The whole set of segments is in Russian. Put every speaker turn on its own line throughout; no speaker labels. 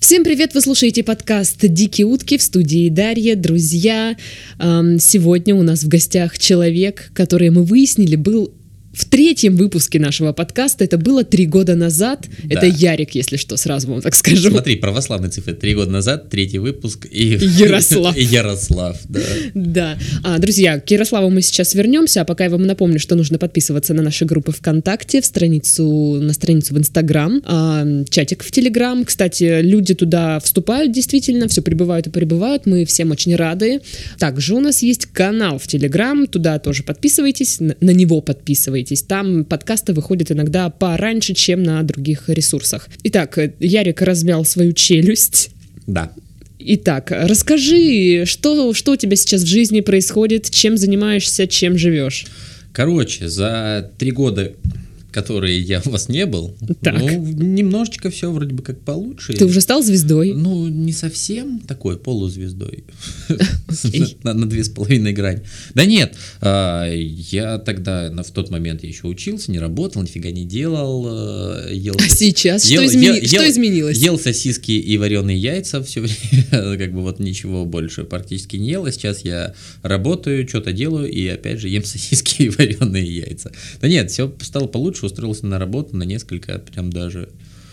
Всем привет! Вы слушаете подкаст «Дикие утки» в студии Дарья. Друзья, эм, сегодня у нас в гостях человек, который, мы выяснили, был в третьем выпуске нашего подкаста. Это было три года назад.
Да.
Это Ярик, если что, сразу вам так скажу.
Смотри, православные цифры. Три года назад, третий выпуск и...
Ярослав.
и Ярослав, да.
Да. А, друзья, к Ярославу мы сейчас вернемся, а пока я вам напомню, что нужно подписываться на наши группы ВКонтакте, в страницу, на страницу в Инстаграм, а, чатик в Телеграм. Кстати, люди туда вступают действительно, все прибывают и прибывают, мы всем очень рады. Также у нас есть канал в Телеграм, туда тоже подписывайтесь, на на него подписывайтесь. Там подкасты выходят иногда пораньше, чем на других ресурсах. Итак, э, Ярик размял свою челюсть.
Да.
Итак, расскажи, что, что у тебя сейчас в жизни происходит, чем занимаешься, чем живешь?
Короче, за три года, которые я у вас не был,
Так.
ну, немножечко все вроде бы как получше.
Ты уже стал звездой?
Ну, не совсем такой полузвездой.
Окей.
На на две с половиной грань. Да нет, а, я тогда, на- в тот момент я еще учился, не работал, нифига не делал, э, ел...
А сейчас что,
Ел-
измени-
ел-
что
ел-
изменилось?
Ел сосиски и вареные яйца все время, как бы вот ничего больше практически не ел, а сейчас я работаю, что-то делаю и опять же ем сосиски и вареные яйца. Да нет, все стало получше, устроился на работу на несколько прям даже...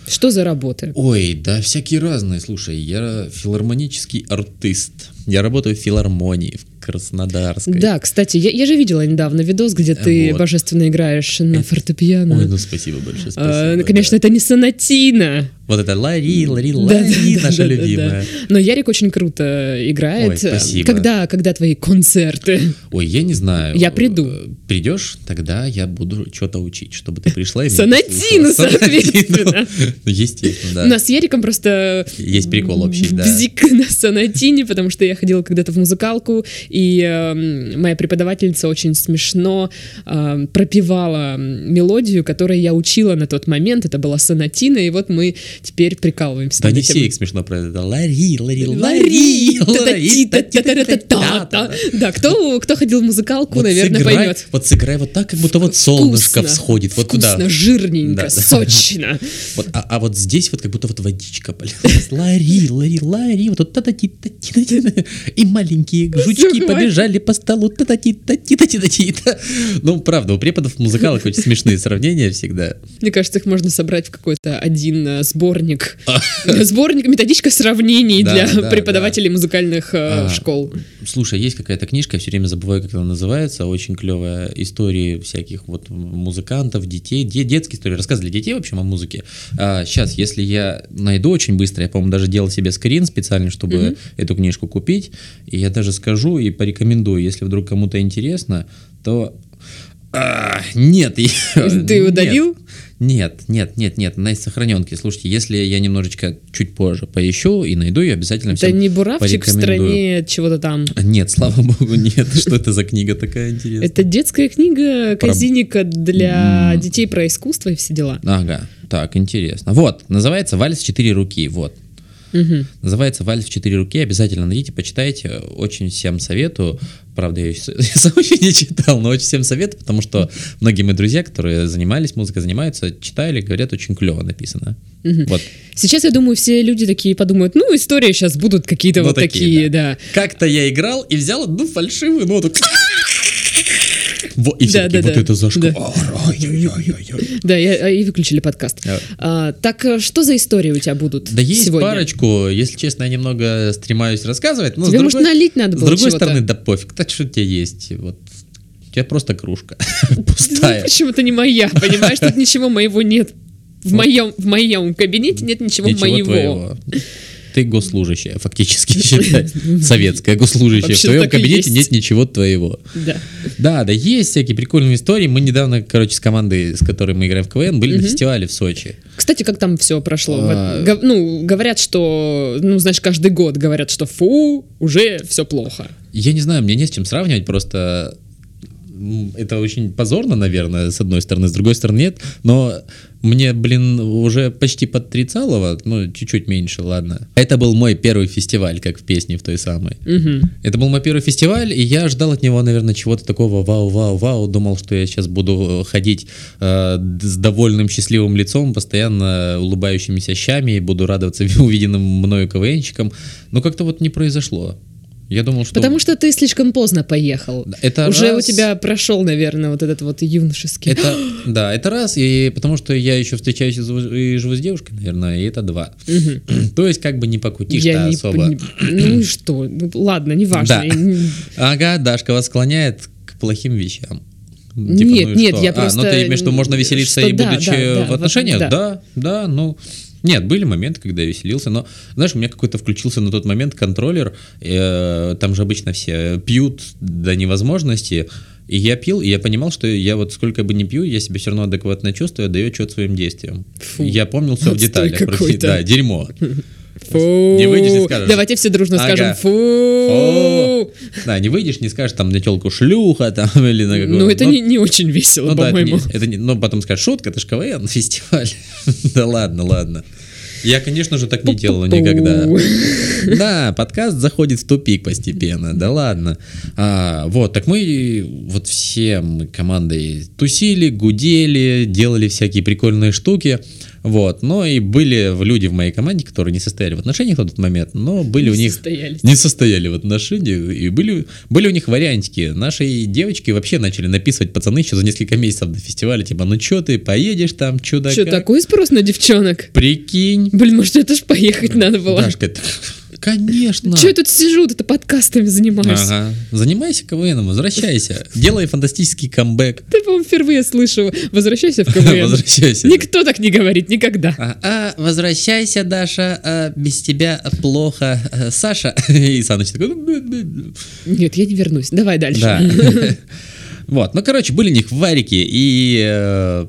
Что за работа?
Ой, да всякие разные, слушай, я филармонический артист, я работаю в филармонии в Краснодарской.
Да, кстати, я, я же видела недавно видос, где ты
Вот.
божественно играешь на
Это-
фортепиано.
Ой, ну спасибо большое,
А,
спасибо.
Конечно,
да.
это не сонатина,
Вот это Лари, Лари,
Да, да,
Лари,
да,
наша
да, да, да.
любимая.
но Ярик очень круто играет.
Ой, спасибо.
Когда, когда твои концерты?
Ой, я не знаю.
Я приду.
Э, Придешь, тогда я буду что-то учить, чтобы ты пришла и меня
Сонатину,
послушала. Сонатину.
соответственно.
Ну, Естественно,
У
да.
нас с Яриком просто
Есть прикол общий, да.
Бзик на сонатине, потому что я ходила когда-то в музыкалку, и эм, моя преподавательница очень смешно эм, пропевала мелодию, которую я учила на тот момент. Это была сонатина, и вот мы теперь прикалываемся.
Да
над
не
этим.
все их смешно про это. Лари, лари,
Лари,
лари,
та-та-ти,
лари,
та-та-та-та-та.
та-та-та-та-та.
Да, кто, кто ходил в музыкалку,
Вот
наверное,
сыграй-
поймет.
Вот сыграй вот так, как будто вот солнышко
Вкусно.
всходит. Вот
Вкусно,
туда.
жирненько,
Да.
сочно.
Вот, а, а вот здесь вот как будто вот водичка полилась. Лари, лари, лари, вот тут та ти та ти та ти И маленькие жучки
Захватит.
побежали по столу. та та ти та ти та ти та ти та Ну, правда, у преподов музыкалок очень смешные сравнения всегда.
Мне кажется, их можно собрать в какой-то один э, сборник. Э, Сборник, методичка сравнений
А. Да,
для
да,
преподавателей музыкальных э,
А.
школ.
Слушай, есть какая-то книжка, я все время забываю, как она называется, очень клевая, истории всяких вот музыкантов, детей, де- детские истории, рассказ для детей, в общем, о музыке. сейчас, если я найду очень быстро, я, по-моему, даже делал себе скрин специально, чтобы
Мгм.
эту книжку купить, и я даже скажу и порекомендую, если вдруг кому-то интересно, то... А, нет, я-
Ты
нет.
удалил?
Нет, нет, нет, нет, на сохраненке. Слушайте, если я немножечко чуть позже поищу и найду, я обязательно
Это
всем
не буравчик в
порекомендую.
стране чего-то там.
нет, слава богу, нет. Что это за книга такая интересная?
Это детская книга
Про-
Казиника для
М.
детей про искусство и все дела.
Ага, так, интересно. Вот, называется «Вальс в четыре руки», вот.
Мгм.
Называется «Вальс в четыре руки», обязательно найдите, почитайте, очень всем советую. Правда, я ее сам еще не читал, но очень всем советую, потому что многие мои друзья, которые занимались музыкой, занимаются, читали, говорят, очень клево написано.
Мгм.
Вот,
Сейчас, я думаю, все люди такие подумают, ну, истории сейчас будут какие-то
Ну,
вот такие,
такие,
да.
Как-то я играл и взял одну фальшивую ноту. Во- И все
Да,
такие,
да,
вот
да.
это зашквар.
Да.
Ой-ой-ой-ой-ой.
Да, я- э, и выключили подкаст.
А,
А, так э, что за истории у тебя будут
Да есть
сегодня?
парочку, если честно, я немного стремаюсь рассказывать. Но
Тебе,
Ну, с
может,
другой,
налить надо
с
было
другой
чего-то?
стороны, да пофиг, так что у тебя есть. Вот. У тебя просто кружка
Ну,
пустая.
почему-то не моя, понимаешь? Тут ничего моего нет. В
Ну.
моем, в моем кабинете нет ничего, Ну, моего.
Ничего твоего. Ты госслужащая, фактически считай. Советская госслужащая. В
Вообще-то
твоем
Ну, так и
кабинете
есть.
нет ничего твоего.
Да.
Да, да, есть всякие прикольные истории. Мы недавно, короче, с командой, с которой мы играем в КВН, были на
Мгм.
фестивале в Сочи.
Кстати, как там все прошло? Вот,
А.
гов- ну, говорят, что, ну, знаешь, каждый год говорят, что фу, уже все плохо.
Я не знаю, мне не с чем сравнивать, просто м, это очень позорно, наверное, с одной стороны, с другой стороны нет, но мне, блин, уже почти под трицалово, ну, чуть-чуть меньше, ладно. Это был мой первый фестиваль, как в песне в той самой.
Мгм.
Это был мой первый фестиваль, и я ждал от него, наверное, чего-то такого вау-вау-вау. Думал, что я сейчас буду ходить э, д- с довольным, счастливым лицом, постоянно улыбающимися щами, и буду радоваться увиденным мною КВНщикам. Но как-то вот не произошло. Я думал, что...
Потому что ты слишком поздно поехал.
это
Уже
раз.
у тебя прошел, наверное, вот этот вот юношеский.
Это, да, это раз, и потому что я еще встречаюсь и живу- и живу с девушкой, наверное, и это два.
Мгм.
То есть как бы не покутишь-то
Я не
особо.
пони- Ну и что? Ну, ладно, неважно.
Да. Ага, Дашка вас склоняет к плохим вещам.
Нет,
ну и
нет, я
а,
просто-
ну ты имеешь в виду, можно веселиться
что
и
да,
будучи
да, да,
в
вот,
отношениях?
да.
Да. да, ну... Нет, были моменты, когда я веселился, но, знаешь, у меня какой-то включился на тот момент контроллер, э, там же обычно все пьют до невозможности, и я пил, и я понимал, что я вот сколько бы ни пью, я себя все равно адекватно чувствую, отдаю отчет своим действиям.
Фу.
я помнил все в
Отстой
деталях.
какой-то.
Да, дерьмо.
Фу.
Не выйдешь, не скажешь.
Давайте все дружно
Ага.
скажем фу.
Фу. Да, не выйдешь, не скажешь там на телку шлюха там или на какую
Ну это не, не очень весело,
Ну да, это
по-моему.
не, это не- но потом скажешь, шутка, это ж КВН, фестиваль. да ладно, ладно. Я, конечно же, так не делал
Пу-пу-пу.
никогда. Да, подкаст заходит в тупик постепенно, да ладно. А, вот, так мы вот все мы командой тусили, гудели, делали всякие прикольные штуки. Вот, но и были в- люди в моей команде, которые не состояли в отношениях на тот момент, но были у них
Состоялись.
не состояли в отношениях, и были, были у них вариантики. Наши девочки вообще начали написывать пацаны еще за несколько месяцев до фестиваля, типа, ну чё ты, поедешь там, чё да
Че,
как?»
такой спрос на девчонок?
Прикинь.
Блин, может, это ж поехать надо было.
Дашка, «Так, конечно.
Че я тут сижу, ты подкастами занимаюсь?
Ага. Занимайся КВНом, возвращайся. Делай фантастический камбэк.
Ты, по-моему, впервые слышу. Возвращайся в КВН.
Возвращайся.
Никто так не говорит никогда.
А, а, возвращайся, Даша, а, без тебя плохо, а, Саша. И Саныч такой... «Ну, «Бу-бу-бу».
Нет, я не вернусь. Давай дальше.
Да. Вот, ну, короче, были у них варики, и э,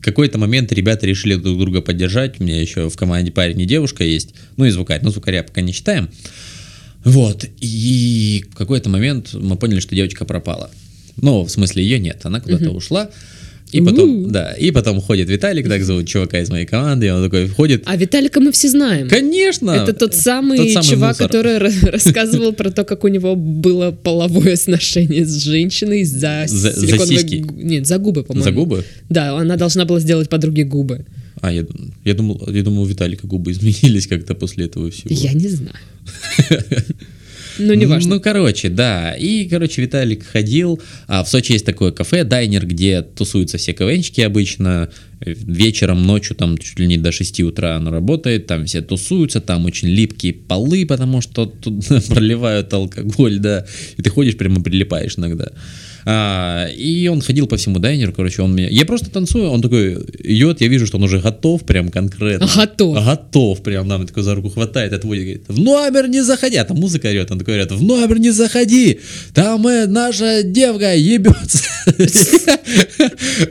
в какой-то момент ребята решили друг друга поддержать. У меня еще в команде парень и девушка есть, ну и звукарь, ну звукаря пока не считаем. Вот, и в какой-то момент мы поняли, что девочка пропала. Ну, в смысле, ее нет, она куда-то ушла. И
У.
потом, да, и потом ходит Виталик, так зовут чувака из моей команды, и он такой входит.
А Виталика мы все знаем.
Конечно!
Это тот самый, чувак,
мусор.
который ра- рассказывал про то, как у него было половое сношение с женщиной за,
За- за
силиконовые
сиськи.
гу- Нет, за губы, по-моему.
За губы?
Да, она должна была сделать подруге губы.
А, я, я думал, я думал, у Виталика губы изменились как-то после этого всего.
Я не знаю. Ну, неважно.
Ну, короче, да. И, короче, Виталик ходил. А в Сочи есть такое кафе, дайнер, где тусуются все КВНчики обычно. Э, Вечером, ночью, там чуть ли не до 6 утра оно работает. Там все тусуются, там очень липкие полы, потому что тут проливают алкоголь, да. И ты ходишь, прямо прилипаешь иногда. А, и он ходил по всему дайнеру, короче, он меня... Я просто танцую, он такой идет, я вижу, что он уже готов прям конкретно.
Готов.
Готов прям, да, он такой за руку хватает, отводит, говорит, в номер не заходи, а там музыка орет, он такой орет, в номер не заходи, там э, наша девка ебется.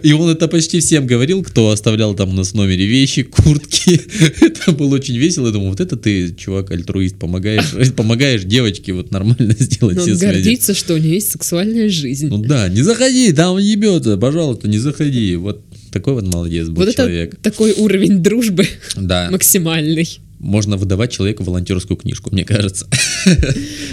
И он это почти всем говорил, кто оставлял там у нас в номере вещи, куртки. Это было очень весело, я думаю, вот это ты, чувак, альтруист, помогаешь, помогаешь девочке вот нормально сделать
Но
все
он
свои дела.
Ну, гордится, что у нее есть сексуальная жизнь.
Ну да, не заходи, там ебется, пожалуйста, не заходи. Вот такой вот молодец был
Вот это
человек.
такой уровень дружбы
Да,
максимальный.
можно выдавать человеку волонтерскую книжку, мне кажется.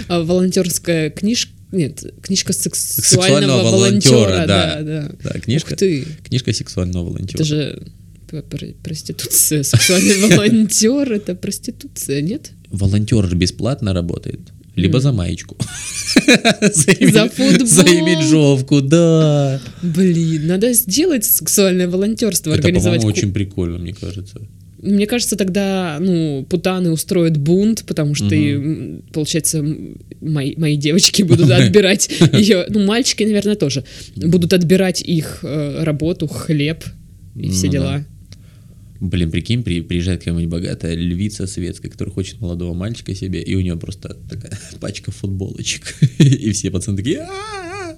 А волонтерская книжка... Нет, книжка сексуального,
Сексуального
волонтера.
волонтера,
да,
да.
да.
Да, книжка,
Ух ты.
книжка сексуального
Это
волонтера.
же п- пр- проституция, сексуальный волонтер, это проституция, нет?
Волонтер же бесплатно работает. Либо за маечку. За
За
имидж-
футбол.
За имиджовку, да.
Блин, надо сделать сексуальное волонтерство,
Это,
организовать.
по-моему,
ку-
очень прикольно, мне кажется.
Мне кажется, тогда, ну, путаны устроят бунт, потому что, м, получается, м, мои, мои девочки будут отбирать ее, ну, мальчики, наверное, тоже, будут отбирать их э, работу, хлеб и все
Ну да.
дела.
Блин, прикинь, при- приезжает какая-нибудь богатая львица светская, которая хочет молодого мальчика себе, и у нее просто такая пачка футболочек. И все пацаны такие «А-а-а!»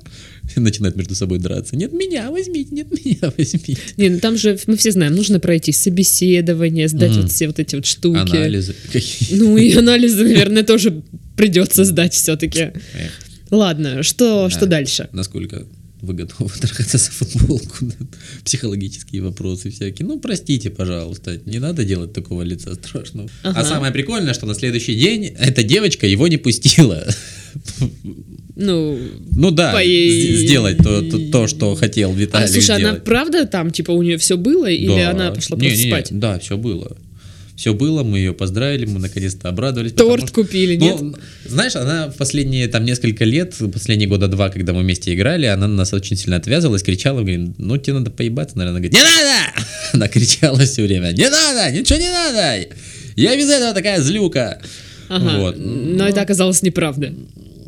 И начинают между собой драться. Нет, меня возьмите, нет, меня возьмите.
Не, ну там же, мы все знаем, нужно пройти собеседование, сдать
Мгм.
вот все вот эти вот штуки.
Анализы. какие.
Ну и анализы, наверное, тоже придется сдать все-таки.
Эх,
Ладно, что,
Да.
что дальше?
Насколько вы готовы трахаться за футболку, психологические вопросы всякие. Ну, простите, пожалуйста, не надо делать такого лица страшного.
Ага.
А самое прикольное, что на следующий день эта девочка его не пустила.
Ну,
Ну да,
Поей.
с- сделать то, то- то, что хотел Виталий
а, слушай,
сделать.
она правда там, типа, у нее все было, или
Да.
она пошла
Не,
просто
не, не,
спать?
Да, все было. Все было, мы ее поздравили, мы наконец-то обрадовались. потому
Торт
что-
купили,
Ну,
нет?
знаешь, она в последние там несколько лет, в последние года два, когда мы вместе играли, она на нас очень сильно отвязывалась, кричала, говорит, ну тебе надо поебаться, наверное, она говорит, не надо! Она кричала все время, не надо, ничего не надо, я без этого такая злюка.
Ага. Ну,
вот. Ну,
Но это оказалось неправда.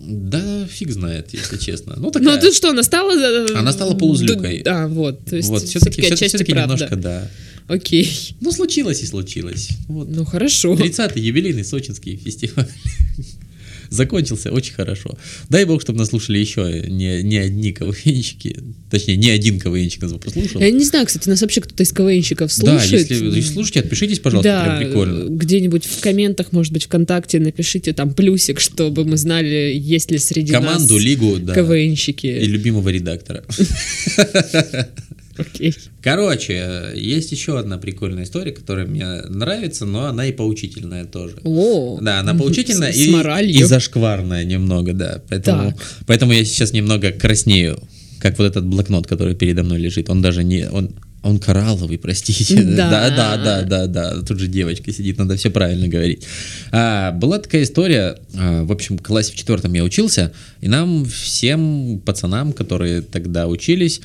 Да, фиг знает, если честно. Ну,
Ну,
такая.
а тут что, она стала... э,
Она стала полузлюкой.
д- Да, вот. То есть,
вот,
все-таки,
все-таки,
отчасти
все-таки,
правда.
немножко, да.
Окей.
Ну, случилось и случилось. Вот.
Ну, хорошо.
30-й юбилейный сочинский фестиваль. Закончился очень хорошо. Дай бог, чтобы нас слушали еще не, не одни КВНщики. Точнее, не один КВНщик нас бы послушал.
Я не знаю, кстати, нас вообще кто-то из КВНщиков
Да,
слушает.
если вы слушаете, отпишитесь, пожалуйста,
да, э,
прям прикольно.
где-нибудь в комментах, может быть, ВКонтакте напишите там плюсик, чтобы мы знали, есть ли среди
Команду,
нас
лигу, да.
КВНщики.
И любимого редактора.
Окей.
Короче, э, есть еще одна прикольная история, которая мне нравится, но она и поучительная тоже.
О,
Да, она поучительная
С,
и,
с моралью.
и зашкварная немного, да. Поэтому,
Так.
поэтому я сейчас немного краснею, как вот этот блокнот, который передо мной лежит. Он даже не... Он, он коралловый, простите.
Да.
да, да, да, да, да. Тут же девочка сидит, надо все правильно говорить. А, была такая история, а, в общем, в классе в четвертом я учился, и нам всем пацанам, которые тогда учились,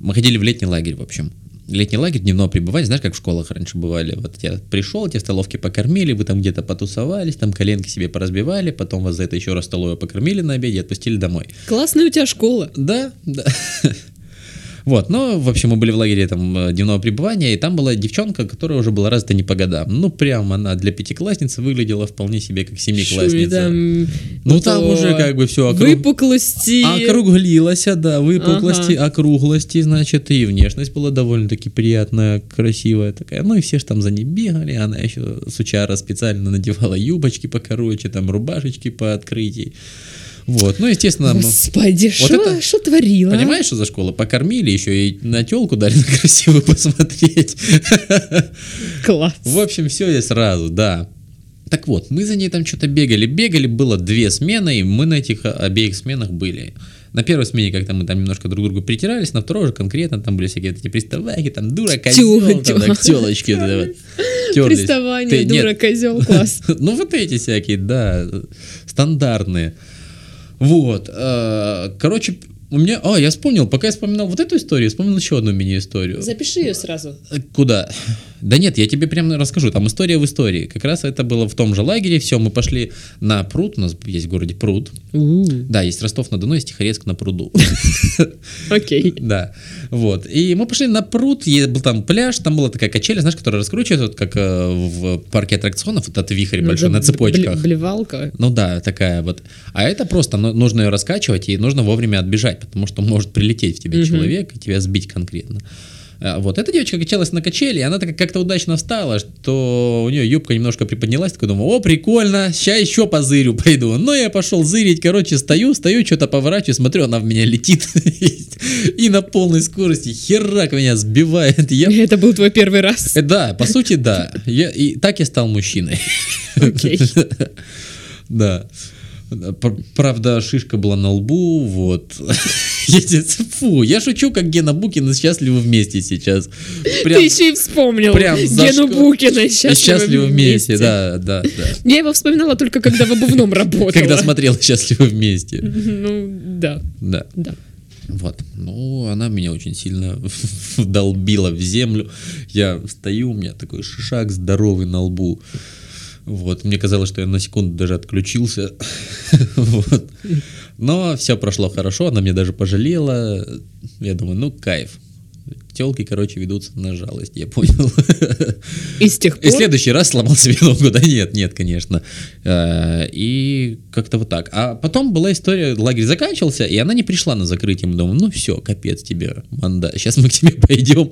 мы ходили в летний лагерь, в общем. Летний лагерь, дневного пребывания, знаешь, как в школах раньше бывали. Вот я пришел, тебе столовки покормили, вы там где-то потусовались, там коленки себе поразбивали, потом вас за это еще раз столовую покормили на обеде и отпустили домой.
Классная у тебя школа.
Да, да. Вот, ну, в общем, мы были в лагере там э, дневного пребывания, и там была девчонка, которая уже была развита не по годам. Ну, прям она для пятиклассницы выглядела вполне себе как
Шуми
семиклассница.
там,
Ну,
вот
там
то
уже как бы все
Выпуклости.
А, округлилась, да, выпуклости, округлости, значит, и внешность была довольно-таки приятная, красивая такая. Ну, и все же там за ней бегали, она еще, сучара, специально надевала юбочки покороче, там, рубашечки по открытии. Вот, ну, естественно, мы-
Господи,
Вот
что
это-
что творила? а?
Понимаешь, что за школа? Покормили еще и на телку дали красивую посмотреть.
Класс.
В общем, все и сразу, да. Так вот, мы за ней там что-то бегали, бегали, было две смены, и мы на этих а, обеих сменах были. На первой смене как-то мы там немножко друг к другу притирались, на второй же конкретно там были всякие эти приставайки, там дура, козел,
Тё-
там,
тё-
так, тёлочки вот это вот. Тёрлись.
Приставание,
Ты- нет,
дура, козел, класс.
ну, вот эти всякие, да, стандартные. Вот. э, Короче, у меня... А, я вспомнил, пока я вспоминал вот эту историю, вспомнил еще одну мини-историю.
Запиши ее сразу.
Э, Куда? Да нет, я тебе прямо расскажу. Там история в истории. Как раз это было в том же лагере. Все, мы пошли на пруд. У нас есть в городе пруд. Да, есть Ростов-на-Дону, есть Тихорецк на пруду.
Окей.
Да, вот. И мы пошли на пруд, е- был там пляж, там была такая качеля, знаешь, которая раскручивается, вот как э, в парке аттракционов, вот этот вихрь
Ну,
большой
да,
на
бл-
цепочках.
бл- Блевалка.
Ну да, такая вот. А это просто ну, нужно ее раскачивать и нужно вовремя отбежать, потому что может прилететь в тебе
Мгм.
человек и тебя сбить конкретно. А, Вот, эта девочка качалась на качели, и она так как-то удачно встала, что у нее юбка немножко приподнялась, такой думаю, о, прикольно, ща еще по зырю пойду. Ну, я пошел зырить, короче, стою, стою, что-то поворачиваю, смотрю, она в меня летит, и на полной скорости херак меня сбивает. Я
Это был твой первый раз.
Э, Да, по сути, да. Я, и так я стал мужчиной.
Окей.
Да. Пр- Правда, шишка была на лбу, вот. Я тебе- Фу, я шучу, как Гена Букин, из счастливы вместе сейчас. Прям,
Ты еще и вспомнил
прям за
Гену
шко-
Букина
из
сейчас.
счастливы вместе, да, да, да.
Я его вспоминала только когда в обувном работала.
Когда смотрел счастливы вместе,
Ну, да,
да.
да.
Вот. Ну, она меня очень сильно вдолбила в землю. Я встаю, у меня такой шишак здоровый на лбу. Вот. Мне казалось, что я на секунду даже отключился. вот. Но все прошло хорошо, она мне даже пожалела. Я думаю, ну, кайф. Телки, короче, ведутся на жалость, я понял.
И с тех
И
пор...
в следующий раз сломал себе ногу. Да нет, нет, конечно. Э, И как-то вот так. А потом была история, лагерь заканчивался, и она не пришла на закрытие. Мы думаем, ну все, капец тебе, манда. Сейчас мы к тебе пойдем.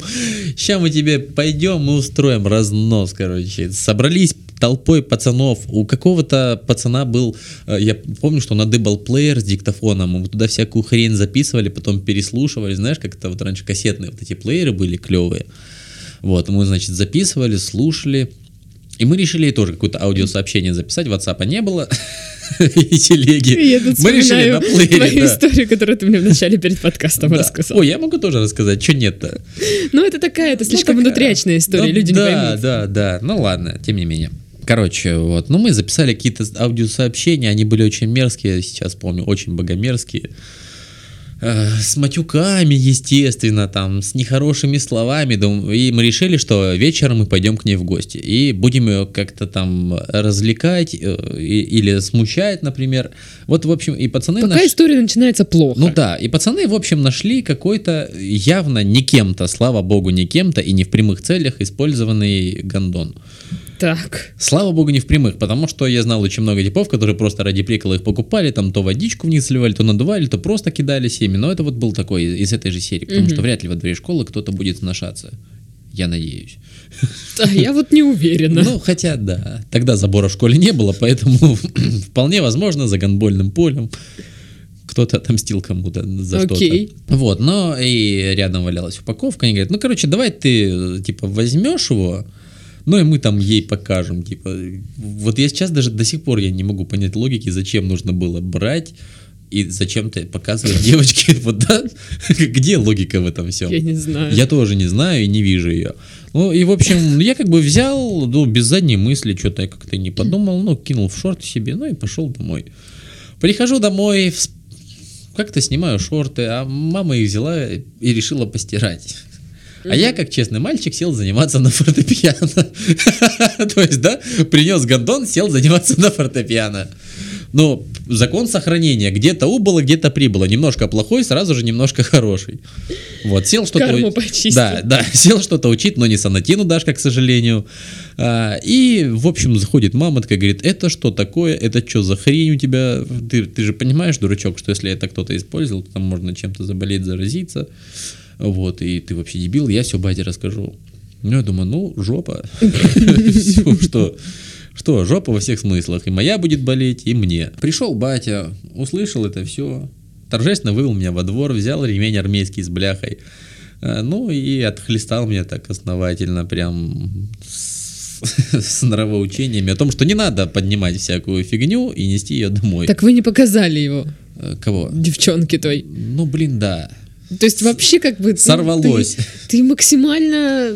Сейчас мы тебе пойдем, мы устроим разнос, короче. Собрались толпой пацанов. У какого-то пацана был, э, я помню, что он надыбал плеер с диктофоном, и мы туда всякую хрень записывали, потом переслушивали, знаешь, как это вот раньше кассетные вот эти плееры были клевые. Вот, мы, значит, записывали, слушали. И мы решили тоже какое-то аудиосообщение записать. Ватсапа не было. И
Я
телеги.
тут
Мы решили
вспоминаю
на плеере.
твою
да.
историю, которую ты мне вначале перед подкастом
Да.
рассказал.
Ой, я могу тоже рассказать, что нет-то?
Ну, это такая, это слишком
такая.
внутрячная история,
э, Ну,
люди
да,
не поймут.
Да, да, ну ладно, тем не менее. Короче, вот, ну мы записали какие-то аудиосообщения, они были очень мерзкие, сейчас помню, очень богомерзкие. Э, С матюками, естественно, там, с нехорошими словами. дум- И мы решили, что вечером мы пойдем к ней в гости. И будем ее как-то там развлекать э, и- или смущать, например. Вот, в общем, и пацаны
Пока
наши-
история начинается плохо.
ну да, и пацаны, в общем, нашли какой-то явно не кем-то, слава богу, не кем-то и не в прямых целях использованный гондон.
Так.
Слава богу, не в прямых, потому что я знал очень много типов, которые просто ради прикола их покупали, там то водичку вниз сливали, то надували, то просто кидали семя. Но это вот был такой из из этой же серии, потому
Мгм.
что вряд ли во дворе школы кто-то будет сношаться. Я надеюсь.
Да, я вот не уверена.
Ну, хотя да. Тогда забора в школе не было, поэтому вполне возможно за гандбольным полем кто-то отомстил кому-то за
Окей.
что-то. Вот, но и рядом валялась упаковка. Они говорят, ну, короче, давай ты, э, типа, возьмешь его, ну, и мы там ей покажем, типа. Вот я сейчас даже до сих пор я не могу понять логики, зачем нужно было брать и зачем ты показывать девочке, вот, да? Где логика в этом всем?
я не знаю.
Я тоже не знаю и не вижу ее. Ну, и, в общем, я как бы взял, ну, без задней мысли, что-то я как-то не подумал, ну, кинул в шорты себе, ну, и пошел домой. Прихожу домой, вс- как-то снимаю шорты, а мама их взяла и решила постирать. А я, как честный мальчик, сел заниматься на фортепиано. То есть, да, принес гондон, сел заниматься на фортепиано. Но закон сохранения. Где-то убыло, где-то прибыло. Немножко плохой, сразу же немножко хороший. Вот, сел что-то...
Карму
у-
почистил.
Да, да, сел что-то учить, но не сонатину Дашка, к сожалению. А, и, в общем, заходит мама, такая говорит, это что такое, это что за хрень у тебя? Ты, ты же понимаешь, дурачок, что если это кто-то использовал, то там можно чем-то заболеть, заразиться. Вот, и ты вообще дебил, я все бате расскажу. Ну, я думаю, ну, жопа. Всё, Что? Что, жопа во всех смыслах. И моя будет болеть, и мне. Пришел батя, услышал это все. Торжественно вывел меня во двор, взял ремень армейский с бляхой. А, Ну и отхлестал меня так основательно, прям с, с нравоучениями о том, что не надо поднимать всякую фигню и нести ее домой.
Так вы не показали его,
Э, Кого?
девчонке той.
Ну, блин, да.
То есть вообще как бы... ну, ты-
Сорвалось.
Ты, ты максимально...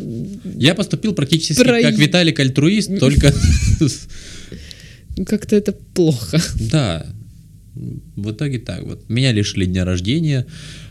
Я поступил практически
Про-
как Виталик Альтруист, только...
Как-то это плохо.
Да, в итоге так вот. Меня лишили дня рождения.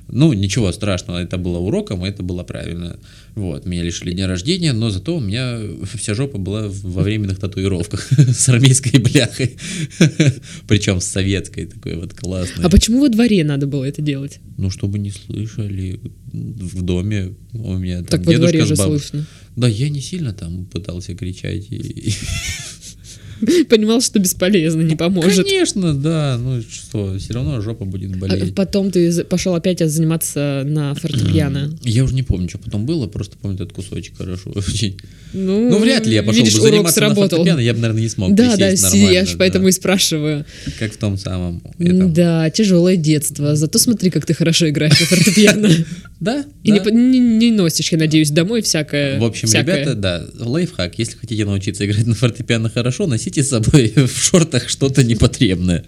Ну, ничего страшного, это было уроком, и это было правильно. Вот, меня лишили дня рождения, но зато у меня вся жопа была в- во временных татуировках с армейской бляхой. Причем с советской такой вот классной.
А почему во дворе надо было это делать?
Ну, чтобы не слышали в доме у меня там
так во дворе
дедушка
уже
с бабушкой.
слышно.
Да, я не сильно там пытался кричать. и- и-
Понимал, что бесполезно,
Ну,
не поможет.
Конечно, да. Ну что, все равно жопа будет
А
болеть.
потом ты за- пошел опять заниматься на фортепиано.
Я уже не помню, что потом было, просто помню этот кусочек хорошо очень.
Ну,
Ну, вряд ли я пошел
видишь,
бы
урок
заниматься на
сработал.
фортепиано, я бы, наверное, не смог
Да, да,
присесть
си-
нормально,
я ж
да.
поэтому и спрашиваю.
Как в том самом этом.
Да, тяжелое детство. Зато смотри, как ты хорошо играешь на фортепиано.
Да,
И не,
да.
по- не- не носишь, я надеюсь, домой всякое.
В общем,
всякое.
ребята, да, лайфхак. Если хотите научиться играть на фортепиано хорошо, носите с собой в шортах что-то непотребное.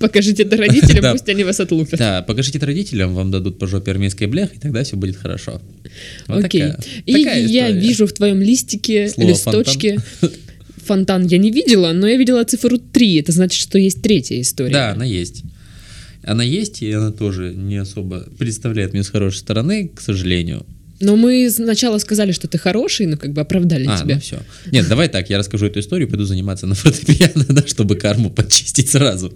Покажите это родителям,
Да.
пусть они вас отлупят.
Да, покажите это родителям, вам дадут по жопе армейской бляхи, и тогда все будет хорошо. Вот
Окей.
такая-
И
такая
я
история.
вижу в твоем листике
Слово
листочке фонтан. я не видела, но я видела цифру 3. Это значит, что есть третья история.
Да, она есть. Она есть, и она тоже не особо представляет меня с хорошей стороны, к сожалению.
Но мы сначала сказали, что ты хороший, но как бы оправдали
А,
тебя.
ну все. Нет, давай так, я расскажу эту историю, пойду заниматься на фортепиано, да, чтобы карму почистить сразу.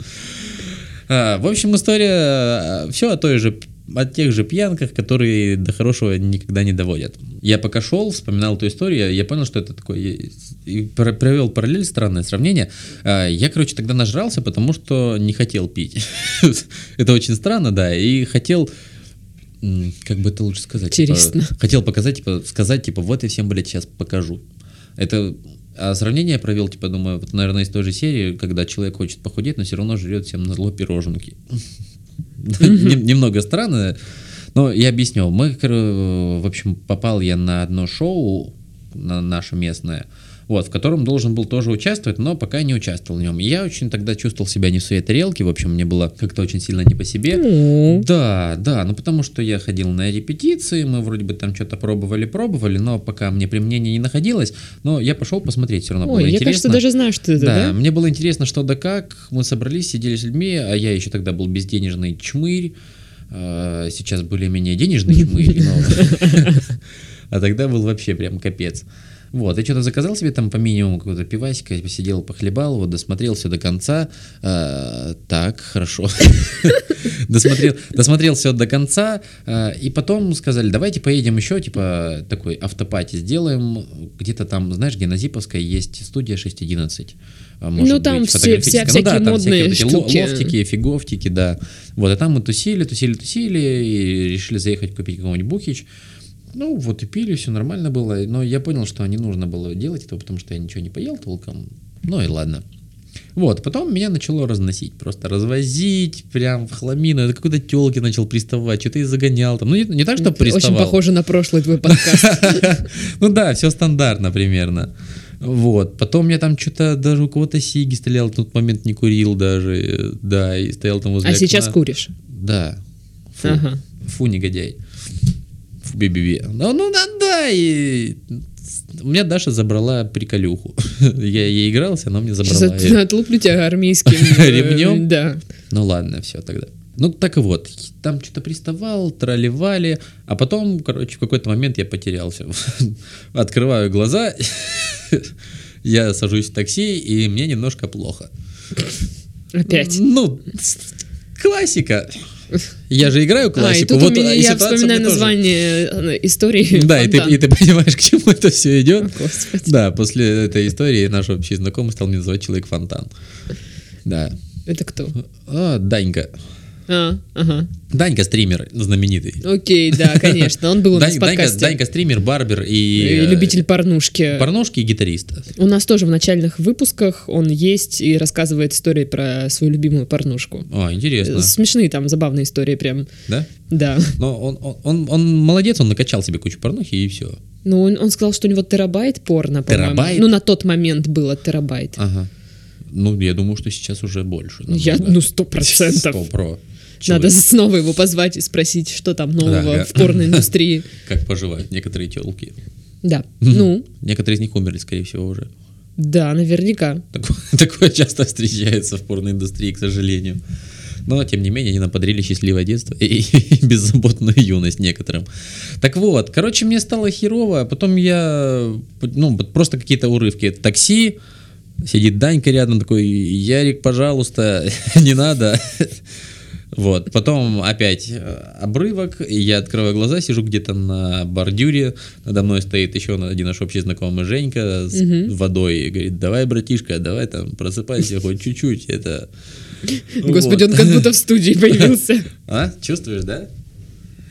А, в общем, история все о той же п- о тех же пьянках, которые до хорошего никогда не доводят. Я пока шел, вспоминал эту историю, я понял, что это такое... и- И про- провел параллель, странное сравнение. А, Я, короче, тогда нажрался, потому что не хотел пить. Это очень странно, да, и хотел... м, Как бы это лучше сказать? типа,
Интересно.
хотел показать, типа, сказать, типа, вот я всем, блядь, сейчас покажу. Это А сравнение я провел, типа, думаю, вот, наверное, из той же серии, когда человек хочет похудеть, но все равно жрет всем на зло пироженки. Нем- Немного странно, но я объясню. Мы, кор- в общем, попал я на одно шоу, на наше местное, вот, в котором должен был тоже участвовать, но пока не участвовал в нем. И я очень тогда чувствовал себя не в своей тарелке, в общем, мне было как-то очень сильно не по себе.
Ну,
Да, да, ну потому что я ходил на репетиции, мы вроде бы там что-то пробовали, пробовали, но пока мне применение не находилось, но я пошел посмотреть, все равно было
Ой, я,
интересно.
кажется, даже знаю, что это,
да,
да?
мне было интересно, что да как, мы собрались, сидели с людьми, а я еще тогда был безденежный чмырь, э, сейчас более-менее денежный чмырь, но- а тогда был вообще прям капец. Вот, я что-то заказал себе там по минимуму какого-то пивасика, посидел, похлебал, вот, досмотрел все до конца. Э, так, хорошо. Досмотрел, досмотрел все до конца, э, и потом сказали, давайте поедем еще, типа, такой автопати сделаем, где-то там, знаешь, где на Зиповской есть студия 611. э, может
Ну, там
быть,
все-
фотографическая. Ну
вся- всякие
там всякие
модные
вот эти ло-
штуки.
лофтики, фиговтики, да. Вот, а там мы тусили, тусили, тусили, и решили заехать купить какого-нибудь бухич. Ну, вот и пили, все нормально было. Но я понял, что не нужно было делать этого, потому что я ничего не поел толком. Ну и ладно. Вот, потом меня начало разносить, просто развозить, прям в хламину. Я какой-то телки начал приставать, что-то и загонял там. Ну, не, не так, что
Это
приставал.
Очень похоже на прошлый твой подкаст.
Ну да, все стандартно примерно. Вот, потом я там что-то даже у кого-то сиги стрелял, в тот момент не курил даже, э, да, и стоял там возле
А сейчас
окна.
куришь.
Да. Фу,
Ага.
фу негодяй. Фу, би Ну, ну да, да, и... У меня Даша забрала приколюху. Я ей игрался, она мне
Сейчас
забрала.
от-
её.
отлуплю тебя армейским э,
Ремнем?
Да.
Ну ладно, все тогда. Ну так и вот, там что-то приставал, тролливали, а потом, короче, в какой-то момент я потерялся. Открываю глаза, я сажусь в такси, и мне немножко плохо.
Опять.
Ну, классика. Я же играю
А, и
классику.
тут у
вот,
меня-
а, и
я
ситуация
вспоминаю
мне тоже.
название э, истории.
Да, и ты,
Фонтан.
и ты понимаешь, к чему это все идет.
О, Господи.
Да, после этой истории наш общий знакомый стал меня называть человек фонтан. Да.
Это кто?
А, Данька.
А, ага.
Данька стример знаменитый.
Окей, да, конечно. Он был у нас
Дань-
в
Данька,
подкасте.
Данька стример, барбер и,
Э,
э,
Любитель порнушки.
порношки и гитарист.
У нас тоже в начальных выпусках он есть и рассказывает истории про свою любимую порнушку.
О, интересно,
Э, Смешные там, забавные истории прям,
да?
да.
Но он, он, он, он молодец, он накачал себе кучу порнухи и все.
Ну, он, он сказал, что у него терабайт порно, по-моему.
Терабайт? А,
Ну, на тот момент было терабайт.
Ага. Ну, я думаю, что сейчас уже больше.
Я,
намного.
ну, сто процентов.
Сто про.
Надо
Человек,
снова его позвать и спросить, что там нового
Ага.
в порноиндустрии.
Как поживают некоторые телки.
Да, ну,
Некоторые из них умерли, скорее всего, уже.
да, наверняка.
Такое, такое часто встречается в порноиндустрии, к сожалению. Но, тем не менее, они нам подарили счастливое детство и, и беззаботную юность некоторым. Так вот, короче, мне стало херово, а потом я, ну, вот просто какие-то урывки. Это такси, сидит Данька рядом, такой, Ярик, пожалуйста, не надо. Вот, потом опять э, обрывок, и я открываю глаза, сижу где-то на бордюре, надо мной стоит еще один наш общий знакомый Женька с
Мгм.
водой, и говорит, давай, братишка, давай там просыпайся хоть чуть-чуть, это...
Господи, он
Вот.
как будто в студии появился.
А, чувствуешь, да?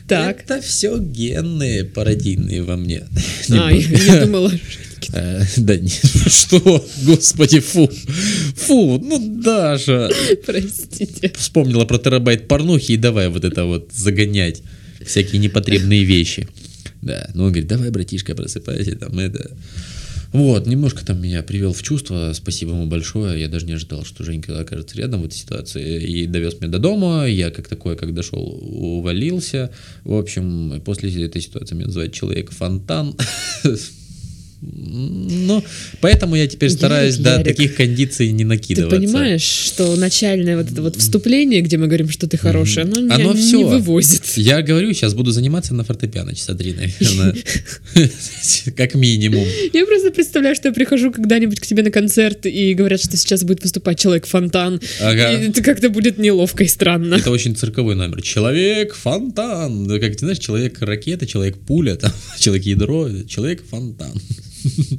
Так.
Это все генные пародийные во мне.
А,
Не бо-
я я думала,
Э, Да нет, что? Господи, фу. Фу, ну Даша.
простите.
Вспомнила про терабайт порнухи и давай вот это вот загонять. Всякие непотребные вещи. Да, ну он говорит, давай, братишка, просыпайся, там это... Вот, немножко там меня привел в чувство, спасибо ему большое, я даже не ожидал, что Женька окажется рядом в этой ситуации, и довез меня до дома, я как такое, как дошел, увалился, в общем, после этой ситуации меня называют человек-фонтан, ну, поэтому я теперь
Ярик,
стараюсь до
Ярик.
таких кондиций не
Ты
накидываться.
понимаешь, что начальное вот это вот вступление, где мы говорим, что ты хорошая, оно меня
Оно всё.
не вывозит.
Я говорю, сейчас буду заниматься на фортепиано часа три, наверное. Как минимум.
Я просто представляю, что я прихожу когда-нибудь к тебе на концерт и говорят, что сейчас будет выступать человек-фонтан.
Ага.
И это как-то будет неловко и странно.
Это очень цирковой номер. Человек фонтан. Да, Как ты знаешь, человек ракета, человек пуля, там, человек ядро, человек фонтан.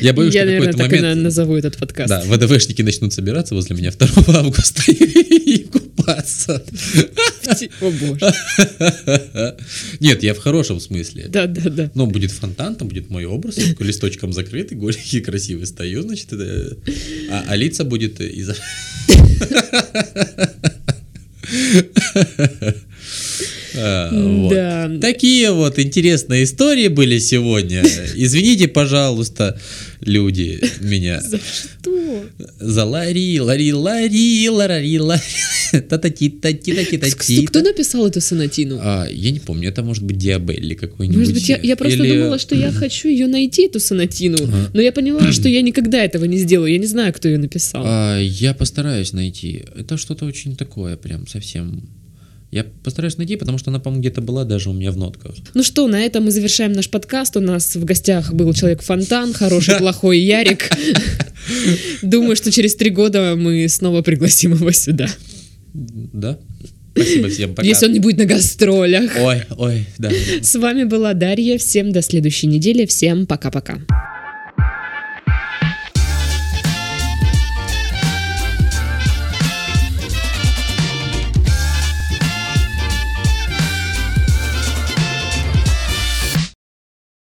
Я боюсь,
я,
что
наверное,
какой-то
так и на-
момент...
назову этот подкаст.
Да, ВДВшники начнут собираться возле меня 2 августа и купаться.
О Типа, боже.
Нет, я в хорошем смысле.
Да, да, да.
Ну, будет фонтан, там будет мой образ, я такой листочком закрытый, голенький, красивый стою, значит, это- а, а лица будет из... А, вот.
Да.
Такие вот интересные истории были сегодня. Извините, пожалуйста, люди, меня.
За что?
За лари, лари, лари, лари, лари, та-та-ти, та-ти, та-ти,
Кто
та-ти.
кто написал эту сонатину?
А, я не помню, это может быть Диабелли какой-нибудь.
Может быть, я, я просто
Или-
думала, что я хочу ее найти, эту сонатину.
Ага.
Но я поняла, что я никогда этого не сделаю. Я не знаю, кто ее написал.
А, я постараюсь найти. Это что-то очень такое, прям совсем. Я постараюсь найти, потому что она, по-моему, где-то была даже у меня в нотках.
Ну что, на этом мы завершаем наш подкаст. У нас в гостях был человек Фонтан, хороший, плохой Ярик. Думаю, что через три года мы снова пригласим его сюда.
Да? Спасибо всем, пока.
Если он не будет на гастролях.
Ой, ой, да.
С вами была Дарья. Всем до следующей недели. Всем пока-пока.